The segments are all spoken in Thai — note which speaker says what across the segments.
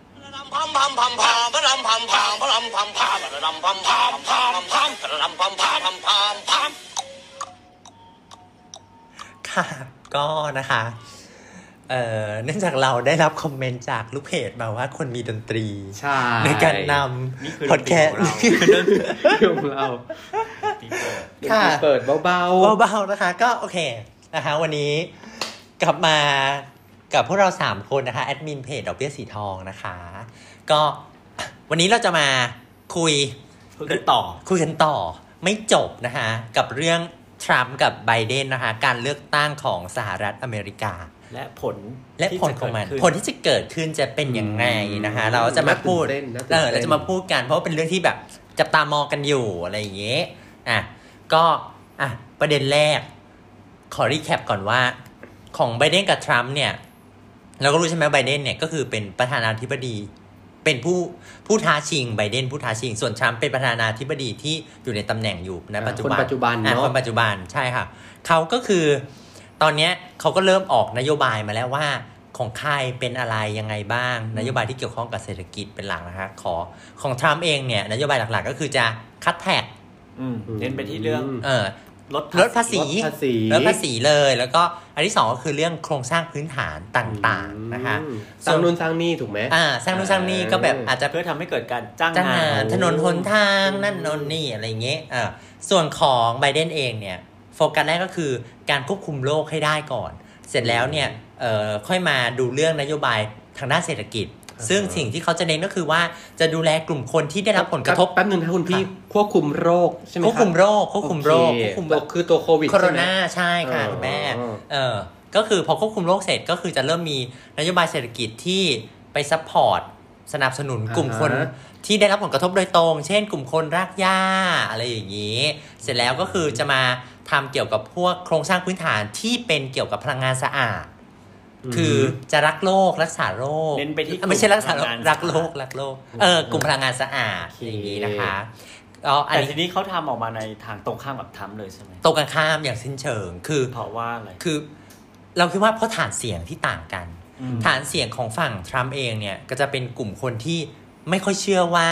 Speaker 1: มพัมพัมพามพระรำพัมพามพระรำพัมพามพระรำพัมพามพามพามพระรำพัมพามพามพามพาม
Speaker 2: ค่ะ ก็นะคะ เอ่อ เนื่องจากเราได้รับคอมเมนต์จากลูกเพจมาว่าคนมีดนตรี
Speaker 3: ใช่
Speaker 2: ในการน
Speaker 3: นี่คือ
Speaker 2: ำพอดแคสต์
Speaker 3: นี่คือเรื่องของเรา
Speaker 4: ปีเปิด
Speaker 3: เดี๋ยว
Speaker 2: ค่ะ
Speaker 3: เปิดเบา
Speaker 2: เบาๆนะคะ ก็โอเคนะคะ วันนี้กลับมากับพวกเราสามคนนะคะแอดมินเพจดอกเบี้ยสีทองนะคะ ก็วันนี้เราจะมาคุย
Speaker 3: ๆเพิ่งต่อ
Speaker 2: คุยกันต่อไม่จบนะคะกับเรื่องทรัมป์กับไบเดนนะคะการเลือกตั้งของสหรัฐอเมริกา
Speaker 3: และผล
Speaker 2: และผลของมัน ผลที่จะเกิดขึ้นจะเป็นยังไงนะคะ เราจะมาพูด
Speaker 3: น่ตื่นต้นน่าตื่
Speaker 2: เออ
Speaker 3: นต้น
Speaker 2: เราจะมาพูดกันเพราะว่าเป็นเรื่องที่แบบจับตามองกันอยู่อะไรอย่างเงี้ยอ่ะก็อ่ะประเด็นแรก ขอรีแคปก่อนว่า ของไบเดนกับทรัมป์เนี่ย เราก็รู้ใช่ไหมไบเดนเนี่ยก็คือเป็นประธานาธิบดี เป็นผู้ผู้ท้าชิงไบเดนผู้ท้าชิง ส่วนทรัมป์เป็นประธานาธิบดีที่อยู่ในตำแหน่งอยู่ใน
Speaker 3: อ่า
Speaker 2: ปัจจุบัน
Speaker 3: คนปัจจุบันเนอะ
Speaker 2: อ่คนปัจจุบันใช่ค่ะเขาก็คือ ตอนเนี้ยเขาก็เริ่มออกนโยบายมาแล้วว่า ของใครเป็นอะไรยังไงบ้าง นโยบายที่เกี่ยวข้องกับเศรษฐกิจเป็นหลักนะคะขอของทรัมป์เองเนี่ยนโยบายหลักๆ ก็คือจะคัดแท็ก
Speaker 4: อืมเน้นไปที่เรื่อง
Speaker 2: เออ
Speaker 4: ลด
Speaker 2: ลดภาษี
Speaker 3: ลดภาษี
Speaker 2: ลดภาษีเลย แล้วก็อันที่สองก็คือเรื่องโครงสร้างพื้นฐานต่างๆนะคะ
Speaker 3: อืม
Speaker 2: ส่
Speaker 3: สร้า
Speaker 2: วน
Speaker 3: งนู่นสร้างนี่ถูกไหม
Speaker 2: อ่าสร้างนู่นสร้างนี่ก็แบบอาจจะ
Speaker 4: เพื่อทำให้เกิดการจ้าง
Speaker 2: จ้าง
Speaker 4: งาง
Speaker 2: าน นถนนหนทางนั่นนนนี่อะไรเงี้ยอ่าส่วนของไบเดนเองเนี่ยโฟกัสแรกก็คือการควบคุมโรคให้ได้ก่อน เสร็จแล้วเนี่ยเอ่อค่อยมาดูเรื่องนโยบายทางด้านเศรษฐกิจ
Speaker 3: อ่าฮะ
Speaker 2: ซึ่งสิ่งที่เขาจะเน้นก็คือว่าจะดูแลกลุ่มคนที่ได้รับผลกระทบ
Speaker 3: แป๊บนึงนะคุณพี่ควบคุมโรคใช่ไหม
Speaker 2: ควบคุม
Speaker 3: รับ
Speaker 2: โรคควบคุมโรค
Speaker 3: อเ
Speaker 2: ควบคุม
Speaker 3: ตัวคือตัวโควิด
Speaker 2: โคโร
Speaker 3: ใช่ไหม
Speaker 2: นาใช่ค่ะคุณแม่
Speaker 3: อ๋อ
Speaker 2: เออก็คือพอควบคุมโรคเสร็จก็คือจะเริ่มมีนโยบายเศรษฐกิจที่ไปซัพพอร์ตสนับสนุนกลุ่มคน ที่ได้รับผลกระทบโดยตรง เช่น กลุ่มคนรากหญ้าอะไรอย่างนี้ เสร็จแล้วก็คือจะมาทำเกี่ยวกับพวกโครงสร้างพื้นฐานที่เป็นเกี่ยวกับพลังงานสะอาด
Speaker 3: อืม
Speaker 2: คือจะรักโลกรักษาโรค
Speaker 4: เน้นไปที่
Speaker 2: อ่ะไม่ใช่รักษาโรค
Speaker 4: พลังงาน
Speaker 2: รักโลกรักโลกเออกลุ่มพลังงานสะอาด
Speaker 3: โอเค
Speaker 2: อย่างนี้นะคะอ๋ออัน
Speaker 4: แต่ที
Speaker 2: นี้
Speaker 4: นี้เขาทำออกมาในทางตรงข้ามกับทรัมป์เลยใช่ไหม
Speaker 2: ตรงกันข้ามอย่างสิ้นเชิงคือ
Speaker 4: เพราะว่าอะไร
Speaker 2: คือเราคิดว่าเพราะฐานเสียงที่ต่างกัน
Speaker 4: อืม
Speaker 2: ฐานเสียงของฝั่งทรัมป์เองเนี่ยก็จะเป็นกลุ่มคนที่ไม่ค่อยเชื่อว่า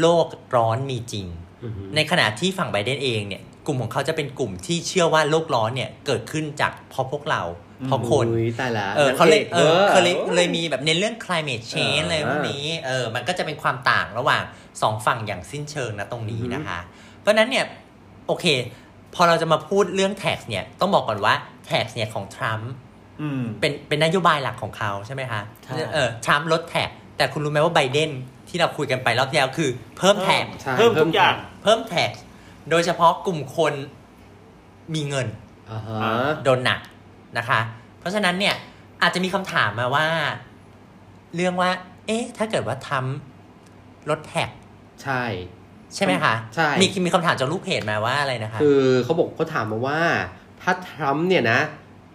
Speaker 2: โลกร้อนมีจริง
Speaker 3: อืม
Speaker 2: ในขณะที่ฝั่งไบเดนเองเนี่ยกลุ่มของเขาจะเป็นกลุ่มที่เชื่อว่าโลกร้อนเนี่ยเกิดขึ้นจากเพราะพวกเราเพราะคน
Speaker 3: อุ๊ยตายละ
Speaker 2: เออเขาเลยเออเขาเลย
Speaker 3: โ
Speaker 2: เลยมีแบบในนเรื่อง climate change
Speaker 3: อ่า
Speaker 2: อะไรพวกนี้เออมันก็จะเป็นความต่างระหว่างสองฝั่งอย่างสิ้นเชิงนะตรงนี้
Speaker 3: อือฮึ
Speaker 2: นะคะ เพราะฉะนั้นเนี่ยโอเค พอเราจะมาพูดเรื่อง tax เนี่ยต้องบอกก่อนว่า tax เนี่ยของทรัมป์
Speaker 4: อืม
Speaker 2: เป็นเป็นนโยบายหลักของเขาใช่ไหมคะ
Speaker 4: ใช่
Speaker 2: เออทรัมป์ลดแท็ก แต่คุณรู้ไหมว่าไบเดนที่เราคุยกันไปรอบที่แล้วคือเพิ่มแท็ก
Speaker 3: ใช่
Speaker 4: เพิ่ม
Speaker 3: เพิ่ม
Speaker 4: ทุกอย่าง
Speaker 2: เพิ่มแท็ก โดยเฉพาะกลุ่มคนมีเงิน
Speaker 3: อ่าฮะ
Speaker 4: อ่า
Speaker 2: โดนหนักนะคะ เพราะฉะนั้นเนี่ยอาจจะมีคำถามมาว่า เรื่องว่า เอ๊ะ ถ้าเกิดว่าทรัมป์ลดแท็ก
Speaker 3: ใช่
Speaker 2: ใช่ไหมคะ
Speaker 3: ใช่
Speaker 2: มีมีคำถามจากลูกเพจมาว่าอะไรนะคะ
Speaker 3: คือเขาบอกเขาถามมาว่า ถ้าทรัมป์เนี่ยนะ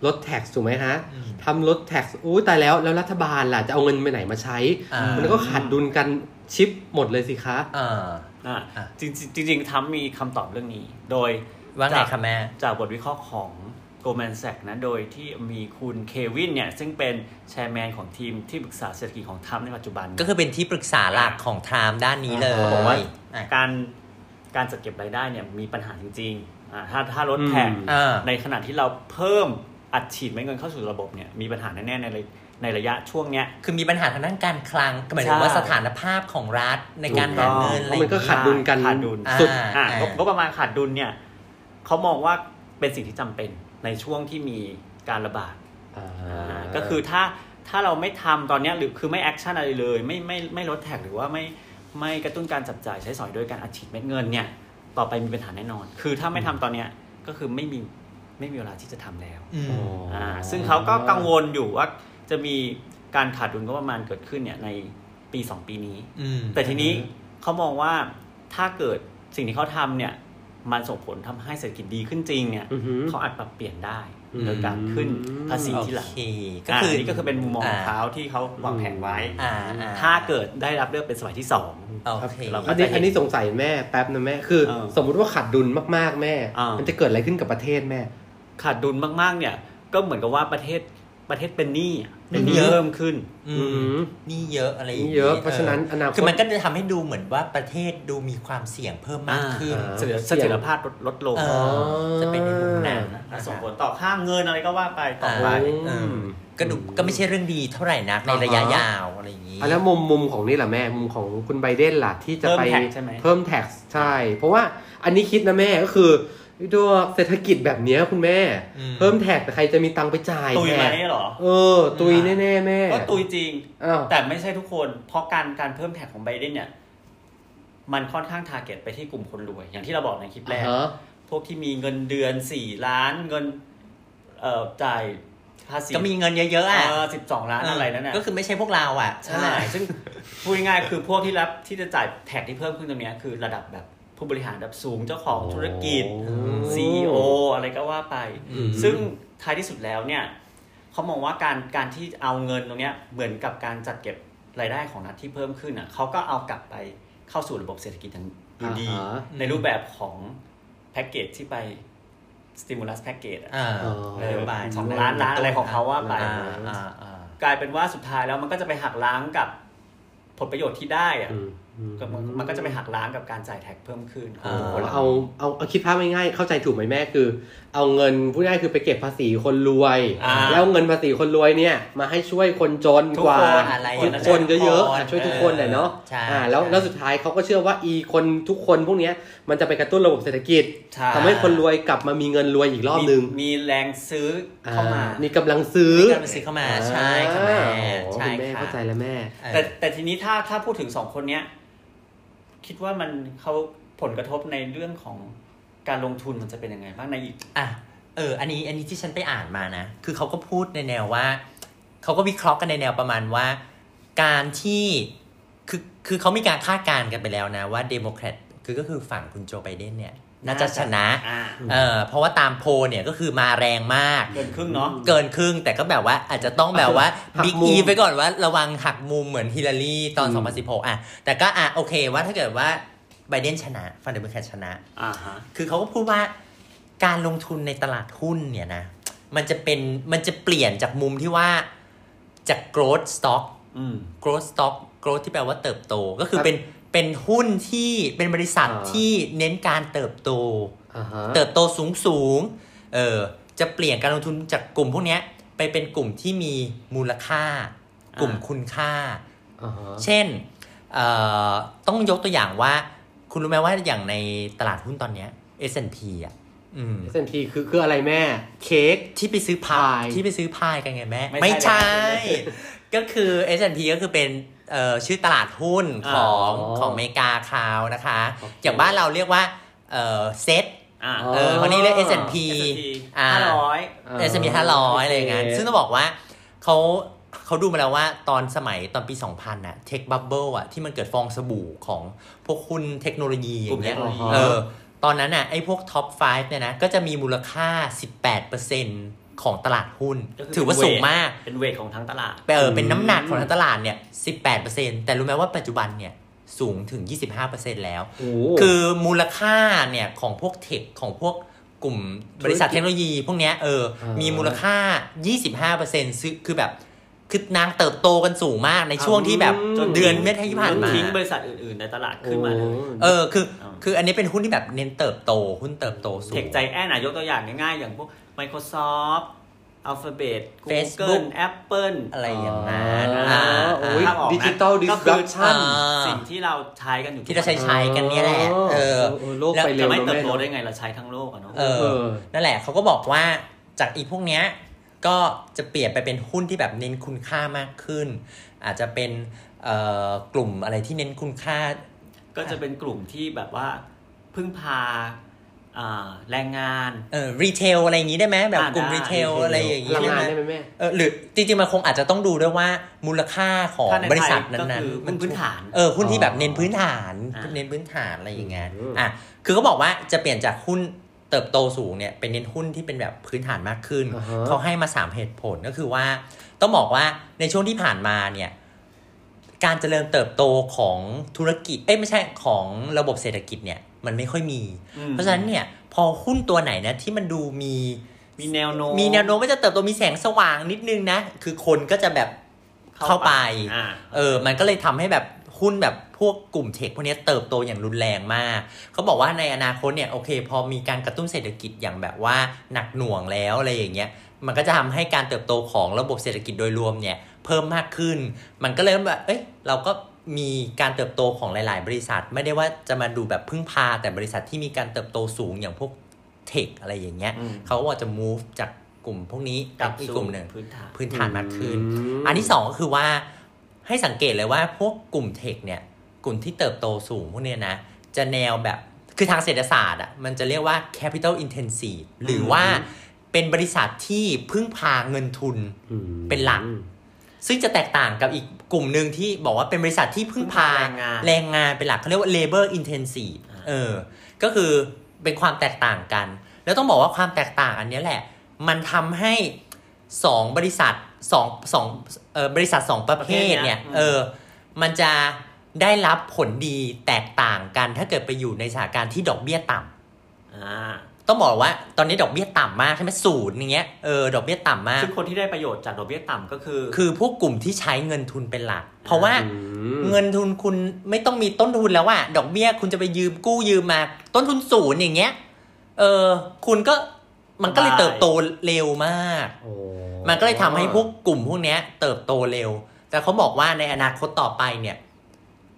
Speaker 3: ลดแท็กถูกไหมฮะ
Speaker 2: อืม
Speaker 3: ทำลดแท็กอู้ตายแล้วแล้วรัฐบาลล่ะจะเอาเงินไปไหนมาใช้
Speaker 2: อ่ามั
Speaker 3: มันก็ขาดดุลกันชิปหมดเลยสิคะ
Speaker 2: เออ
Speaker 4: อ่ะ
Speaker 2: อ่ะ
Speaker 4: จริงๆจริงๆทรัมป์มีคำตอบเรื่องนี้ โดย
Speaker 2: ว่าไงคะแม่
Speaker 4: จากบทวิเคราะห์ของ Goldman Sachs นะ โดยที่มีคุณเควินเนี่ย ซึ่งเป็นแชร์แมนของทีมที่ปรึกษาเศรษฐกิจของทรัมป์ในปัจจุบัน
Speaker 2: ก็คือเป็นที่ปรึกษาหลักของทรัมป์ด้านนี้เลย
Speaker 3: อ่าบอกว่า
Speaker 2: อ่ะ
Speaker 4: การการจัดเก็บรายได้เนี่ยมีปัญหาจริงๆอ่าถ้าถ้าลดแพง
Speaker 2: อืม
Speaker 4: ในขณะที่เราเพิ่มอัดฉีดเม็ดเงินเข้าสู่ระบบเนี่ยมีปัญหาแน่ๆในระยะในระยะช่วงเนี้ย
Speaker 2: คือมีปัญหาทางด้านการคลังหมายถึง
Speaker 4: ใช่
Speaker 2: ว่าสถานภาพของรัฐในการหาเงิน
Speaker 3: เพ
Speaker 2: อะไร
Speaker 3: ราะ
Speaker 2: อ
Speaker 3: มั
Speaker 2: ย่าน ง
Speaker 3: ก็
Speaker 2: เงี้ย
Speaker 3: ขาดดุลกัน
Speaker 4: อ่าขาดดุล
Speaker 3: สุด
Speaker 2: อ่า
Speaker 4: อ่างบงบประมาณขาดดุลเนี่ยเขามองว่าเป็นสิ่งที่จำเป็นในช่วงที่มีการระบาด ก็คือถ้าถ้าเราไม่ทำตอนเนี้ยหรือคือไม่แอคชั่นอะไรเลย ไม่ไม่ไม่ลดแท็กหรือว่าไม่ไม่กระตุ้นการจับจ่ายใช้สอยโดยการอัดฉีดเม็ดเงินเนี่ย ต่อไปมีปัญหาแน่นอน คือถ้าไม่ทำตอนเนี้ยก็คือไม่มีไม่มีเวลาที่จะทำแล้ว
Speaker 2: อืม
Speaker 4: อ่าซึ่งเขาก็กังวลอยู่ว่าจะมีการขาดดุลงบประมาณเกิดขึ้นเนี่ยในปี 2 ปีนี้
Speaker 2: อืม
Speaker 4: แต่ทีนี้เขามองว่าถ้าเกิดสิ่งที่เขาทำเนี่ยมันส่งผลทำให้เศรษฐกิจดีขึ้นจริงเนี่ย
Speaker 3: อือฮึ
Speaker 4: เขาอาจปรับเปลี่ยนได้
Speaker 3: อืม
Speaker 4: โดยการขึ้นภาษีที่หลัง
Speaker 2: โอเค
Speaker 4: ก็
Speaker 2: ก็
Speaker 4: คื
Speaker 2: คือ ออ
Speaker 4: อันนี่ก็คือเป็นมุมมองของเขาที่เขาวางแผนไว้
Speaker 2: อ่าอ่
Speaker 4: ถ้าเกิดได้รับเลือกเป็นสมัยที่สอง
Speaker 2: โอเค
Speaker 4: เราก็
Speaker 3: อันนี้อันนี้สงสัยแม่แป๊บนะแม่คือ
Speaker 4: เออ
Speaker 3: สมมุติว่าขาดดุลมากๆแม่
Speaker 4: อ่ามั
Speaker 3: มันจะเกิดอะไรขึ้นกับประเทศแม่
Speaker 4: ขาดดุลมากๆเนี่ย ก็เหมือนกับว่าประเทศ ประเทศเป็นหนี้อะเป็นห
Speaker 3: อื
Speaker 4: นี้
Speaker 3: อฮึ
Speaker 4: เพิ่มขึ้น
Speaker 2: อื
Speaker 3: อื
Speaker 2: ม
Speaker 3: ม
Speaker 2: นี่เยอะอะไรอย่างงี้
Speaker 3: เยอะเพราะฉะนั้นอนาคต
Speaker 2: คือมันก็จะทำให้ดูเหมือนว่าประเทศดูมีความเสี่ยงเพิ่มมากขึ้น
Speaker 3: อ่า
Speaker 4: เสถียรเสถียรภาพลดลดลง
Speaker 2: เออจะเป็นในมุม
Speaker 4: แน่
Speaker 2: นั้น
Speaker 4: นนะส่งผลต่อค่าเงินอะไรก็ว่าไปต่อไป
Speaker 2: เออก็ดูก็ไม่ใช่เรื่องดีเท่าไหร่นักใน
Speaker 3: อ่าฮะ
Speaker 2: ระยะยาวอะไรอย่างงี้
Speaker 3: อ่ะแล้วมุมมุมของนี่แหละแม่ มุมของคุณไบเดนล่ะที่จะไป
Speaker 4: เพิ่ม tax ใช่ไหม
Speaker 3: เพิ่มแท็กใช่ เพราะว่าอันนี้คิดนะแม่ก็คือด้วยเศรษฐกิจแบบเนี้ยคุณแม่
Speaker 2: อืม
Speaker 3: เพิ่มแท็กแต่ใครจะมีตังค์ไปจ่าย
Speaker 4: ตุยไหม
Speaker 3: แม่
Speaker 4: เหรอ
Speaker 3: เออ ตุยแน่ๆแม่
Speaker 4: ก็ตุยจริง
Speaker 3: อ้าว
Speaker 4: แต่ไม่ใช่ทุกคน เพราะการการเพิ่มแท็กของไบเดนเนี่ย มันค่อนข้างทาร์เก็ตไปที่กลุ่มคนรวย อย่างที่เราบอกในคลิปแร
Speaker 3: อ่าก ฮะ
Speaker 4: พวกที่มีเงินเดือน 4 ล้าน เงิน เอ่อจ่ายภาษี
Speaker 2: ก็มีเงินเยอะๆอ่ะ
Speaker 4: เออสิบสองล้านอะไรนั่นน่ะ
Speaker 2: ก็คือไม่ใช่พวกเราอ่ะ
Speaker 4: ใช่ซึ่งพูดง่ายๆคือพวกที่รับที่จะจ่ายแท็กที่เพิ่มขึ้นตรงเนี้ยคือระดับแบบผู้บริหารระดับสูงเจ้าของธุรกิจ
Speaker 3: โอ้
Speaker 4: CEO อะไรก็ว่าไป
Speaker 3: อืม
Speaker 4: ซึ่งท้ายที่สุดแล้วเนี่ยเขามองว่าการการที่เอาเงินตรงเนี้ยเหมือนกับการจัดเก็บรายได้ของรัฐที่เพิ่มขึ้นอ่ะเขาก็เอากลับไปเข้าสู่ระบบเศรษฐกิจอย่างอยู่ดี
Speaker 3: อ่าฮะ
Speaker 4: ในรูปแบบของแพ็กเกจที่ไป stimulus package อะ
Speaker 2: อ่า
Speaker 3: เออ
Speaker 2: นโยบาย
Speaker 4: สองล้านล้านอะไรของเขาว่าไป
Speaker 2: อ่าอ่าอ่า
Speaker 4: กลายเป็นว่าสุดท้ายแล้วมันก็จะไปหักล้างกับผลประโยชน์ที่ได้อะ
Speaker 3: อืมอื
Speaker 4: ก็มันมันก็จะไปหักล้างกับการจ่ายแท็กเพิ่มขึ้นของ
Speaker 2: อ่า
Speaker 4: บุคคลเหล่า
Speaker 3: เอา
Speaker 4: นี้
Speaker 3: เอาเอาคิดภาพง่ายๆเข้าใจถูกไหมแม่คือ เอาเงินพูดง่ายๆคือไปเก็บภาษีคนรวย
Speaker 4: อ่า
Speaker 3: แล้วเงินภาษีคนรวยเนี่ย มาให้ช่วยคนจน
Speaker 4: ทุก
Speaker 3: กว่า
Speaker 4: คน
Speaker 2: อะไร
Speaker 3: ทุกคนเยอะๆอ่ะช่วยทุกคนแหละเนาะ
Speaker 2: ใช่
Speaker 3: อ่าแล้วแล้วสุดท้ายเขาก็เชื่อว่าอีคนทุกคนพวกเนี้ยมันจะไปกระตุ้นระบบเศรษฐกิจ
Speaker 4: ใช่
Speaker 3: ทำให้คนรวยกลับมามีเงินรวยอีกรอบนึง
Speaker 4: มีมีแรงซื้อ
Speaker 3: อ่
Speaker 4: เข้ามา
Speaker 3: นี่กำลังซื้อ
Speaker 2: ที่กำลังซื้อเข้ามาใช่ค่ะแม่
Speaker 3: อ่าโอ้โห
Speaker 2: ใช่
Speaker 3: คุณแม่
Speaker 2: ค่ะ
Speaker 3: เข้าใจแล้วแม่
Speaker 2: เออ
Speaker 4: แต่แต่ทีนี้ถ้าถ้าพูดถึงสองคนเนี้ย คิดว่ามันเขาผลกระทบในเรื่องของการลงทุนมันจะเป็นยังไงบ้างในอีก
Speaker 2: อ่ะเออ อันนี้อันนี้ที่ฉันไปอ่านมานะ คือเขาก็พูดในแนวว่า เขาก็วิเคราะห์กันในแนวประมาณว่า การที่คือคือเขามีการคาดการณ์กันไปแล้วนะว่าเดโมแครตคือก็คือฝั่งคุณโจไบเดนเนี่ย น่าจะชนะ
Speaker 4: อ่า
Speaker 2: เออเพราะว่าตามโพลเนี่ยก็คือมาแรงมาก
Speaker 4: เกินครึ่งเนาะ
Speaker 2: เกินครึ่งแต่ก็แบบว่าอาจจะต้องแบบว่าบิ๊กอีไปก่อนว่าระวังหักมุมเหมือนฮิลลารีตอน 2016 อ่ะ แต่ก็อ่ะโอเคว่าถ้าเกิดว่าไบเดนชนะฝั่งเดโมแครตชนะ
Speaker 4: อ่าฮะ
Speaker 2: คือเขาก็พูดว่าการลงทุนในตลาดหุ้นเนี่ยนะ มันจะเป็นมันจะเปลี่ยนจากมุมที่ว่าจาก growth stock
Speaker 4: อืม
Speaker 2: growth stock growth ที่แปลว่าเติบโต ก็คือเป็นเป็นหุ้นที่เป็นบริษัทที่เน้นการเติบโต
Speaker 3: อ่าฮะ
Speaker 2: เติบโตสูงสูงเออจะเปลี่ยนการลงทุนจากกลุ่มพวกเนี้ยไปเป็นกลุ่มที่มีมูลค่า กลุ่มคุณค่า
Speaker 3: อ่าฮะ
Speaker 2: เช่นเอ่อต้องยกตัวอย่างว่า คุณรู้ไหมว่าอย่างในตลาดหุ้นตอนเนี้ย S&P อ่ะอืม
Speaker 3: S&P คือคืออะไรแม่ เค้ก
Speaker 2: ที่ไปซื้อพา
Speaker 3: พาย ย
Speaker 2: ที่ไปซื้อพายกันไงแม่
Speaker 4: ไม่ใช่
Speaker 2: ก็คือ S&P ก็คือเป็นเอ่อชื่อตลาดหุ้นของ
Speaker 3: อ๋อ
Speaker 2: ของอเมริกาคาวนะคะ
Speaker 3: โอเค
Speaker 2: อย่างบ้านเราเรียกว่าเอ่อเซต
Speaker 4: อ่า
Speaker 3: อ๋อ
Speaker 2: เออคนนี้เรียก S&P อ่
Speaker 4: ห้าร้อย
Speaker 2: เอสมีห้าร้อยอะไรอย่างเงี้ยซึ่งต้องบอกว่าเขาเขาดูมาแล้วว่าตอนสมัยตอนปี 2000น่ะเทคบับเบิลอ่ะที่มันเกิดฟองสบู่ของพวกคุณเทคโนโลยีอย่างเงี้ย
Speaker 4: กลุ่มเทคโนโลยี
Speaker 2: เออตอนนั้นน่ะไอ้พวกท็อป 5 เนี่ยนะ ก็จะมีมูลค่า 18%ของตลาดหุ้น ถือว่าสูงมาก
Speaker 4: เป็นเวทของทั้งตลาด
Speaker 2: เออเป็นน้ำหนักของทางตลาดเนี่ย 18%แต่รู้ไหมว่าปัจจุบันเนี่ยสูงถึง 25%แล้ว
Speaker 3: โอ้
Speaker 2: คือมูลค่าเนี่ยของพวกเทคของพวกกลุ่มบริษัทเทคโนโลยี พวกเนี้ยเออ มีมูลค่า 25%ซึ่งคือแบบคือนางเติบโตกันสูงมากในช่วงที่แบบ
Speaker 4: จน
Speaker 2: เดือนเมษายนที่ผ่าน
Speaker 4: จ
Speaker 2: มา
Speaker 4: ทิ้งบริษัทอื่นๆในตลาดขึ้นมาเลย
Speaker 2: เออคือ
Speaker 4: เอา
Speaker 2: คืออันนี้เป็นหุ้นที่แบบเน้นเติบโต หุ้นเติบโตสู
Speaker 4: เทค
Speaker 2: ง
Speaker 4: ใจแอนอ่ะยกตัวอย่างง่ายๆ อย่างพวก Microsoft Alphabet Google
Speaker 2: Facebook
Speaker 4: Apple
Speaker 2: อะไรอย่างนั้น
Speaker 3: อ่า
Speaker 2: อ่า
Speaker 3: โอ้ย
Speaker 4: ภาพออกนะ
Speaker 3: ดิจิตอลดิ
Speaker 4: ก็
Speaker 3: ส
Speaker 4: คื
Speaker 3: คั
Speaker 4: อ
Speaker 3: ปชั่น
Speaker 4: สิ่งที่เราใช้กันอยู่
Speaker 2: ที่เราใช้ใช้กันเนี่ยแหละ เออ
Speaker 3: โโโลกไปเร็
Speaker 4: จะ
Speaker 3: ว
Speaker 4: ไม่
Speaker 3: เนอะ
Speaker 4: เติบ
Speaker 3: แม่
Speaker 4: โตได้
Speaker 3: เนาะ
Speaker 4: ไงเราใช้ทั้งโลกอะเนาะ
Speaker 2: เอ
Speaker 3: เอ
Speaker 2: อ
Speaker 3: อ
Speaker 2: นั่นแหละเขาก็บอกว่าจากอีพวกเนี้ยก็จะเปลี่ยนไปเป็นหุ้นที่แบบเน้นคุณค่ามากขึ้น อาจจะเป็นเอ่อกลุ่มอะไรที่เน้นคุณค่า
Speaker 4: ก็จะเป็นกลุ่มที่แบบว่าพึ่งพาอ่าแรงงาน
Speaker 2: เออรีเทลอะไรอย่างนี้ได้ไหมแบบ
Speaker 4: อ่าก
Speaker 2: ลุ่ม
Speaker 4: ได้
Speaker 2: รีเทล
Speaker 4: retail
Speaker 2: อะไรอย่าง
Speaker 3: พ
Speaker 2: นี้
Speaker 3: ลัง
Speaker 2: ได้
Speaker 3: งา
Speaker 2: ไห
Speaker 3: น
Speaker 2: ม
Speaker 3: ได้ไหมแม่
Speaker 2: เออหรือจริงๆ มันคงอาจจะต้องดูด้วยว่ามูลค่าของ
Speaker 4: ถ้าใน
Speaker 2: บริษัท
Speaker 4: ไทย
Speaker 2: นั้
Speaker 4: ก็
Speaker 2: น
Speaker 4: คือ
Speaker 2: ๆ
Speaker 4: หุ้นพื้นฐาน
Speaker 2: เออหุ้นที่แบบ
Speaker 3: อ๋อ
Speaker 2: เน้นพื้นฐาน
Speaker 4: อ่า
Speaker 2: เน้นพื้นฐานอะไรอย่างเงี้ย
Speaker 3: อืม
Speaker 2: อ่ะคือเขาบอกว่าจะเปลี่ยนจากหุ้นเติบโตสูงเนี่ยเป็นเน้นหุ้นที่เป็นแบบพื้นฐานมากขึ้น
Speaker 3: อ่าฮะ
Speaker 2: เขาให้มาสามเหตุผลก็คือว่า ต้องบอกว่าในช่วงที่ผ่านมาเนี่ย การเจริญเติบโตของธุรกิจเอ้ยไม่ใช่ของระบบเศรษฐกิจเนี่ย มันไม่ค่อยมี
Speaker 4: อืม
Speaker 2: เพราะฉะนั้นเนี่ยพอหุ้นตัวไหนนะที่มันดูมี
Speaker 4: มีแนวโน้ม
Speaker 2: มีแนวโน้มว่าจะเติบโตมีแสงสว่างนิดนึงนะ คือคนก็จะแบบเข้าไป
Speaker 4: อ่า
Speaker 2: เออ มันก็เลยทำให้แบบหุ้นแบบพวกกลุ่มเทคพวกเนี้ยเติบโตอย่างรุนแรงมาก เขาบอกว่าในอนาคตเนี่ยโอเค พอมีการกระตุ้นเศรษฐกิจอย่างแบบว่าหนักหน่วงแล้วอะไรอย่างเงี้ย มันก็จะทำให้การเติบโตของระบบเศรษฐกิจโดยรวมเนี่ยเพิ่มมากขึ้น มันก็เลยแบบเอ้ยเราก็มีการเติบโตของหลาย ๆ บริษัท ไม่ได้ว่าจะมาดูแบบพึ่งพาแต่บริษัทที่มีการเติบโตสูงอย่างพวกเทคอะไรอย่างเงี้ย
Speaker 4: อืม
Speaker 2: เขาก็จะ move จากกลุ่มพวกนี้
Speaker 4: ก
Speaker 2: ไป
Speaker 4: ลับ
Speaker 2: อีก
Speaker 4: สู่
Speaker 2: กลุ่มหนึ่ง
Speaker 4: พื้นฐาน
Speaker 2: พื้นฐานมากขึ้น
Speaker 3: ม
Speaker 2: อันที่สองก็คือว่าให้สังเกตเลยว่าพวกกลุ่มเทคเนี่ยกลุ่มที่เติบโตสูงพวกเนี้ยนะ จะแนวแบบคือทางเศรษฐศาสตร์อ่ะมันจะเรียกว่า capital intensive หรือว่าเป็นบริษัทที่พึ่งพาเงินทุน
Speaker 3: อืม
Speaker 2: เป็นหลัก ซึ่งจะแตกต่างกับอีกกลุ่มหนึ่งที่บอกว่าเป็นบริษัทที่พึ่งพา
Speaker 4: แรงงาน
Speaker 2: แรงงานเป็นหลักเขาเรียกว่า labor intensive เออ ก็คือเป็นความแตกต่างกัน แล้วต้องบอกว่าความแตกต่างอันเนี้ยแหละ มันทำให้สองบริษัทสองสองเออบริษัทสองประเภทเนี่ย
Speaker 4: ประเภทเนี้ย
Speaker 2: เออ มันจะได้รับผลดีแตกต่างกัน ถ้าเกิดไปอยู่ในสถานการณ์ที่ดอกเบี้ยต่ำ
Speaker 4: อ่า
Speaker 2: ต้องบอกว่าตอนนี้ดอกเบี้ยต่ำมากใช่ไหมศูนย์อย่างเงี้ย เออ ดอกเบี้ยต่ำมาก
Speaker 4: ซึ่งคนที่ได้ประโยชน์จากดอกเบี้ยต่ำก็คือ
Speaker 2: คือพวกกลุ่มที่ใช้เงินทุนเป็นหลัก เพราะว่า
Speaker 3: อืม
Speaker 2: เงินทุนคุณไม่ต้องมีต้นทุนแล้วอะดอกเบี้ยคุณจะไปยืมกู้ยืมมา ต้นทุนศูนย์อย่างเงี้ย เออ คุณก็มันก็เลย
Speaker 4: ได้
Speaker 2: เติบโตเร็วมาก
Speaker 3: โอ้
Speaker 2: มันก็เลยทำให้พวกกลุ่มพวกเนี้ย เติบโตเร็ว แต่เขาบอกว่าในอนาคตต่อไปเนี่ย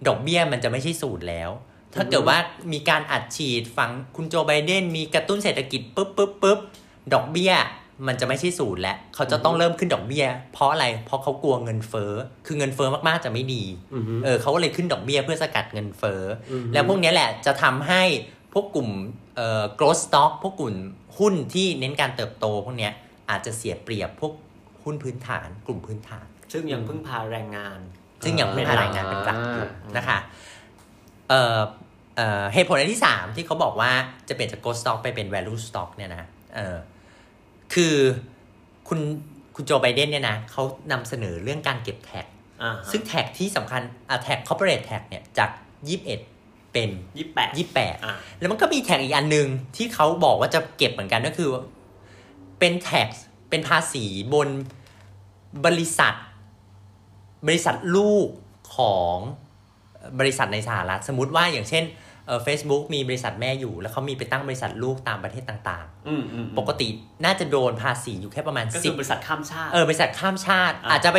Speaker 2: ดอกเบี้ยมันจะไม่ใช่ศูนย์แล้ว ถ้าเกิดว่ามีการอัดฉีดฝังคุณโจไบเดนมีกระตุ้นเศรษฐกิจปุ๊บปุ๊บปุ๊บดอกเบี้ยมันจะไม่ใช่ศูนย์แล้วเขาจะต้องเริ่มขึ้นดอกเบี้ย เพราะอะไรเพราะเขากลัวเงินเฟ้อคือเงินเฟ้อมากๆจะไม่ดี
Speaker 3: อือหือ
Speaker 2: เออเขาก็เลยขึ้นดอกเบี้ยเพื่อสกัดเงินเฟ้ออ
Speaker 3: ม
Speaker 2: แล้วพวกเนี้ยแหละจะทำให้พวกกลุ่มเอ่อ growth stock พวกกลุ่มหุ้นที่เน้นการเติบโตพวกเนี้ยอาจจะเสียเปรียบพวกหุ้นพื้นฐานกลุ่มพื้นฐาน
Speaker 4: ซึ่งยังพึ่งพาแรงงาน
Speaker 2: ซึ่งอย่าง
Speaker 4: อ่า
Speaker 2: พึ่งพารายงานเป็นหลักอยู่
Speaker 3: อ่าน
Speaker 2: นะคะเอ่อเอ่อเหตุผลอันที่สามที่เขาบอกว่าจะเปลี่ยนจาก growth stock ไปเป็น value stock เนี่ยนะเออคือคุณคุณโจไบเดนเนี่ยนะเขานำเสนอเรื่องการเก็บแท็ก
Speaker 4: อ่า
Speaker 2: ซึ่งแท็กที่สำคัญอ่ะแท็ก corporate tax เนี่ย จาก 21 เป็น
Speaker 4: ยี่แปด
Speaker 2: 28
Speaker 4: อ่า
Speaker 2: แล้วมันก็มีแท็กอีกอันหนึ่งที่เขาบอกว่าจะเก็บเหมือนกันก็คือ เป็นแท็กเป็นภาษีบนบริษัท บริษัทลูกของเอ่อบริษัทในสหรัฐ สมมติว่าอย่างเช่นเอ่อ Facebook มีบริษัทแม่อยู่ แล้วเขามีไปตั้งบริษัทลูกตามประเทศต่าง
Speaker 4: อืมอืม
Speaker 2: ๆ ปกติน่าจะโดนภาษีอยู่แค่ประมาณ
Speaker 4: ก็
Speaker 2: 10
Speaker 4: คือบริษัทข้ามชาติ
Speaker 2: เออบริษัทข้ามชาติ
Speaker 4: อ่ะ
Speaker 2: อาจจะไป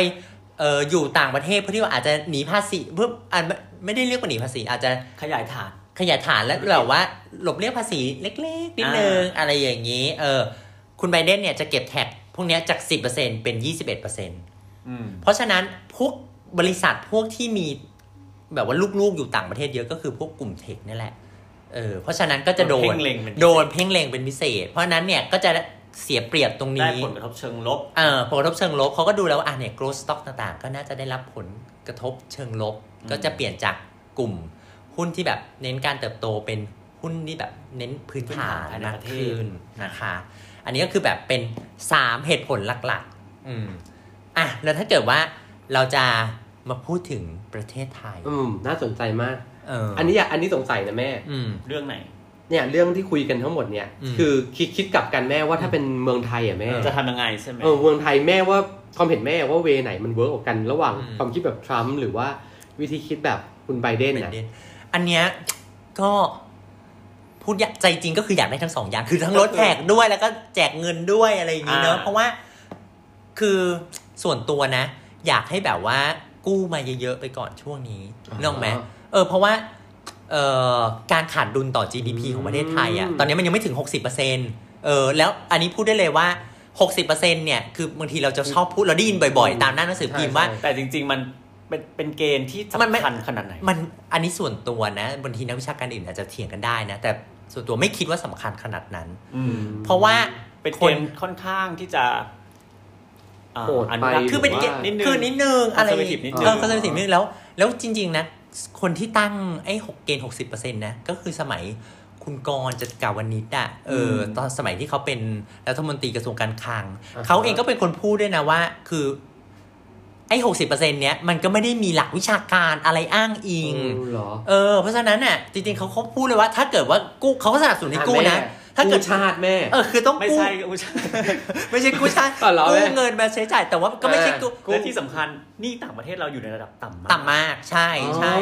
Speaker 2: เอออยู่ต่างประเทศเพื่อที่ว่าอาจจะหนีภาษีเพื่ออาจไม่ไม่ได้เรียกว่าหนีภาษี อาจจะ
Speaker 4: ขยายฐาน
Speaker 2: ขยายฐานและแบบว่าหลบเลี่ยงภาษีเล็กๆนิดนึงอะไรอย่างนี้เออคุณไบเดนเนี่ยจะเก็บแท็กพวกเนี้ยจาก 10%เป็น 21%
Speaker 4: อืม
Speaker 2: เพราะฉะนั้นพวกบริษัทพวกที่มีแบบว่าลูกๆอยู่ต่างประเทศเยอะก็คือพวกกลุ่มเทคนี่แหละเออเพราะฉะนั้นก็จะโด
Speaker 4: โดนเพ่
Speaker 2: น
Speaker 4: งเล็งเป็นพิเศษ
Speaker 2: โดนเพ่งเล็งเป็นพิเศษ เพราะฉะนั้นเนี่ยก็จะเสียเปรียบตรง
Speaker 4: ได้
Speaker 2: นี้
Speaker 4: ผลกระทบเชิงลบ
Speaker 2: เอ่อผลกระทบเชิงลบเขาก็ดูแล้วว่าอ่ะเนี่ย growth stock ต่างๆ ก็น่าจะได้รับผลกระทบเชิงลบ
Speaker 4: อืม
Speaker 2: ก็จะเปลี่ยนจากกลุ่ม หุ้นที่แบบเน้นการเติบโตเป็นหุ้นที่แบบเน้นพื้นฐานมากขึ้นนะคะ อันนี้ก็คือแบบเป็น 3 เหตุผลหลักๆ อืมอ่ะแล้วถ้าเกิดว่าเราจะมาพูดถึงประเทศไทย
Speaker 3: อืมน่าสนใจมาก
Speaker 2: เออ
Speaker 3: อันนี้อยากอันนี้สงสัยนะแม่
Speaker 2: อืม
Speaker 4: เรื่องไหน
Speaker 3: เนี่ยเรื่องที่คุยกันทั้งหมดเนี่ย
Speaker 2: อืม
Speaker 3: คือคิดคิดกลับกันแม่ว่าถ้าเป็นเมืองไทยอ่ะแม่
Speaker 4: จะทำยังไงใช่ไหม
Speaker 3: เออเมืองไทยแม่ว่าความเห็นแม่ว่าเวไหนมันเวิร์กกว่ากันระหว่าง
Speaker 2: อืม
Speaker 3: ความคิดแบบทรัมป์หรือว่าวิธีคิดแบบคุณไบเดน
Speaker 2: เป็น
Speaker 3: น่ะ
Speaker 2: เด่นอันเนี้ยก็พูดยากใจจริงก็คืออยากได้ทั้งสองอย่างคือทั้งรถแท็กด้วยแล้วก็แจกเงินด้วยอะไรอย่างนี้เนอะ
Speaker 4: อ่า
Speaker 2: เพราะว่าคือส่วนตัวนะ อยากให้แบบว่ากู้มาเยอะๆไปก่อนช่วงนี้
Speaker 3: อ่า
Speaker 2: นึกออกไหมเออเพราะว่าเอ่อการขาดดุลต่อ GDP
Speaker 3: อืม
Speaker 2: ของประเทศไทยอะ่ะตอนนี้มันยังไม่ถึง 60%เออแล้วอันนี้พูดได้เลยว่า 60%เนี่ยคือบางทีเราจะชอบพูดเราได้ยินบ่อยๆ ตามหน้าหนังสือพิมพ์ว่า
Speaker 4: แต่จริง ๆ มันเป็นเป็นเกณฑ์ที่
Speaker 2: มันไม่
Speaker 4: สำคัญขนาดไหน
Speaker 2: มันอันนี้ส่วนตัวนะบางทีนักวิชาการอื่นอาจจะเถียงกันได้นะ แต่ส่วนตัวไม่คิดว่าสำคัญขนาดนั้น
Speaker 4: อืม
Speaker 2: เพราะว่า
Speaker 4: เป็นเก
Speaker 2: คน
Speaker 4: ณฑ์ค่อนข้างที่จะอ่า
Speaker 3: โหดไป
Speaker 4: อนุรักษ์
Speaker 2: คือเป็นเกณ
Speaker 3: ห
Speaker 2: ฑ์
Speaker 3: รือว่า
Speaker 4: นิดนึง
Speaker 2: คือนิดนึงอะไร
Speaker 4: conservative นิดนึง
Speaker 2: เออ conservative นิดนึงแล้ว แล้วจริง ๆ นะ คนที่ตั้งไอ้หกเกณฑ์หกสิบเปอร์เซ็นต์นะ ก็คือสมัยคุณกรณ์จัดการวันนิดอะเอออ
Speaker 4: ม
Speaker 2: ตอนสมัยที่เขาเป็นรัฐมนตรีกระทรวงการคลัง
Speaker 3: อ่าฮะ
Speaker 2: เขาเองก็เป็นคนพูดด้วยนะว่า คือไอ้หกสิบเปอร์เซ็นต์เนี้ยมันก็ไม่ได้มีหลักวิชาการอะไรอ้างอิง
Speaker 3: เออเหรอ
Speaker 2: เออเพราะฉะนั้นน่ะจริงๆเขาเขาพูดเลยว่าถ้าเกิดว่ากู้เขาก็สนับสนุนให้กู้นะ
Speaker 3: อ่าแม่
Speaker 2: ถ้าเกิด
Speaker 3: กู้ชาติแม่
Speaker 2: เออคือต้อง
Speaker 4: ไม่
Speaker 2: กู้
Speaker 4: ใช่ไม่ใช่
Speaker 2: ไม่ใช่กู้ชาติ
Speaker 3: อ๋อเหรอแม่
Speaker 2: กู้เงินมาใช้จ่าย แต่ว่าก็ไม่ใช่
Speaker 3: เออ
Speaker 2: กู้
Speaker 4: และที่สำคัญหนี่ต่างประเทศเราอยู่ในระดับต่ำมาก
Speaker 2: ต่ำมากใช่ใช่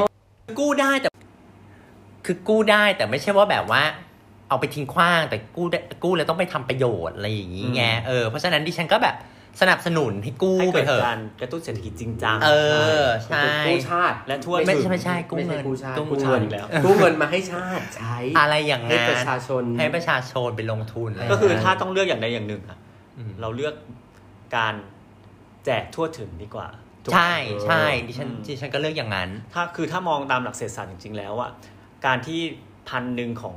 Speaker 2: กู้ได้แต่ คือกู้ได้แต่ไม่ใช่ว่าแบบว่า เอาไปทิ้งขว้างแต่กู้ได้กู้แล้วต้องไปทำประโยชน์อะไรอย่างนี้ไง
Speaker 3: อืม
Speaker 2: เออเพราะฉะนั้นดิฉันก็แบบสนับสนุนให้กู้
Speaker 4: ให้
Speaker 2: ไป
Speaker 4: เกิด
Speaker 2: เถอะ
Speaker 4: การกระตุ้นเศรษฐกิจจริงจัง
Speaker 2: เออ
Speaker 3: ใช่กู้ชาติ
Speaker 4: และทั่ว
Speaker 2: ไม่
Speaker 3: ถึ
Speaker 2: ใช่
Speaker 3: ง
Speaker 2: ไม่ใช่กู้
Speaker 3: ไม่
Speaker 2: เงิ
Speaker 3: ใช่
Speaker 2: น
Speaker 3: กู้ชาติ
Speaker 2: กู้
Speaker 3: กู้
Speaker 4: เงิ
Speaker 3: เงิ
Speaker 4: น
Speaker 3: น
Speaker 4: อีกแล้ว
Speaker 3: กู้เงินมาให้ชาติใช้
Speaker 2: อะไรอย่าง
Speaker 3: ให้
Speaker 2: นั้น
Speaker 3: ประชาชน
Speaker 2: ให้ประชาชนไปลงทุนอะไร
Speaker 4: ก็คือ
Speaker 2: อย่างนั้น
Speaker 4: ถ้าต้องเลือกอย่างใดอย่างหนึ่งอะ
Speaker 2: อืม
Speaker 4: เราเลือกการแจกทั่วถึงดีกว่าถูกไหม
Speaker 2: ใช่ใช่ดิฉัน
Speaker 4: อืม
Speaker 2: ดิฉันก็เลือกอย่างนั้น
Speaker 4: ถ้าคือถ้ามองตามหลักเศรษฐศาสตร์จริงๆแล้วอะการที่พันหนึ่งของ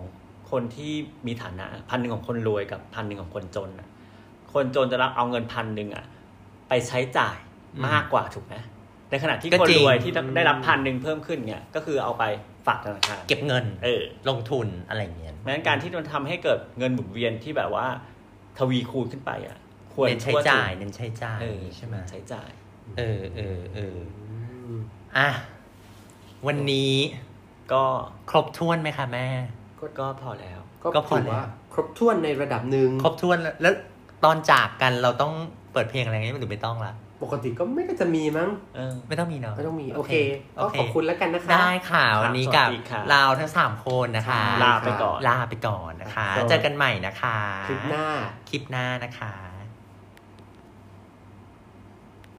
Speaker 4: คนที่มีฐานะพันหนึ่งของคนรวยกับพันหนึ่งของคนจนอะคนจนจะรับเอาเงินพันหนึ่งอะไปใช้จ่าย
Speaker 2: อืม
Speaker 4: มากกว่าถูกไหมในขณะที่
Speaker 2: ก็
Speaker 4: คน
Speaker 2: จริง
Speaker 4: รวยที่ได้รับพันหนึ่งเพิ่มขึ้นเนี่ยก็คือเอาไปฝากธนาคาร
Speaker 2: เก็บเงิน
Speaker 4: เออ
Speaker 2: ลงทุนอะไรอย่างเงี้ย
Speaker 4: เพราะฉะนั้นการที่มันทำให้เกิดเงินหมุนเวียนที่แบบว่า ทวีคูณขึ้นไปอ่ะ ควร
Speaker 2: เน้นใช้
Speaker 4: ทั่วถึง
Speaker 2: จ่ายเน้นใช้จ่าย
Speaker 4: เออ
Speaker 2: ใช่ไหม
Speaker 4: ใช้จ่าย
Speaker 2: เออเออเอออ่ะวันนี้
Speaker 4: ก็
Speaker 2: ครบถ้วนไหมคะแม่
Speaker 4: ก็ก็พอแล้ว
Speaker 2: ก็
Speaker 3: ก็
Speaker 2: พ
Speaker 3: พ
Speaker 2: อ
Speaker 3: อ
Speaker 2: แล้ว
Speaker 3: ว่าครบถ้วนในระดับหนึ่ง
Speaker 2: ครบถ้วนแล้วแล้วตอนจากกันเราต้องเปิดเพลงอะไรเงี้ยหรือไม่ต้องละ
Speaker 3: ปกติก็ไม่ก็จะมีมั้ง
Speaker 4: เออ
Speaker 2: ไม่ต้องมีเนาะ
Speaker 3: ไม่ต้องมีโอเค
Speaker 2: โอ
Speaker 3: ก็
Speaker 2: เค
Speaker 3: ขอบคุณแล้วกันนะคะ
Speaker 2: ได้ค่ะ วันนี้กับ
Speaker 4: สวัสดีค่ะ
Speaker 2: เราทั้งสามคนนะคะ
Speaker 4: ลาไปก่อน
Speaker 2: ลาไปก่อนนะคะ
Speaker 3: ครับ
Speaker 2: เจอกันใหม่นะคะ
Speaker 3: คลิปหน้า
Speaker 2: คลิปหน้านะคะ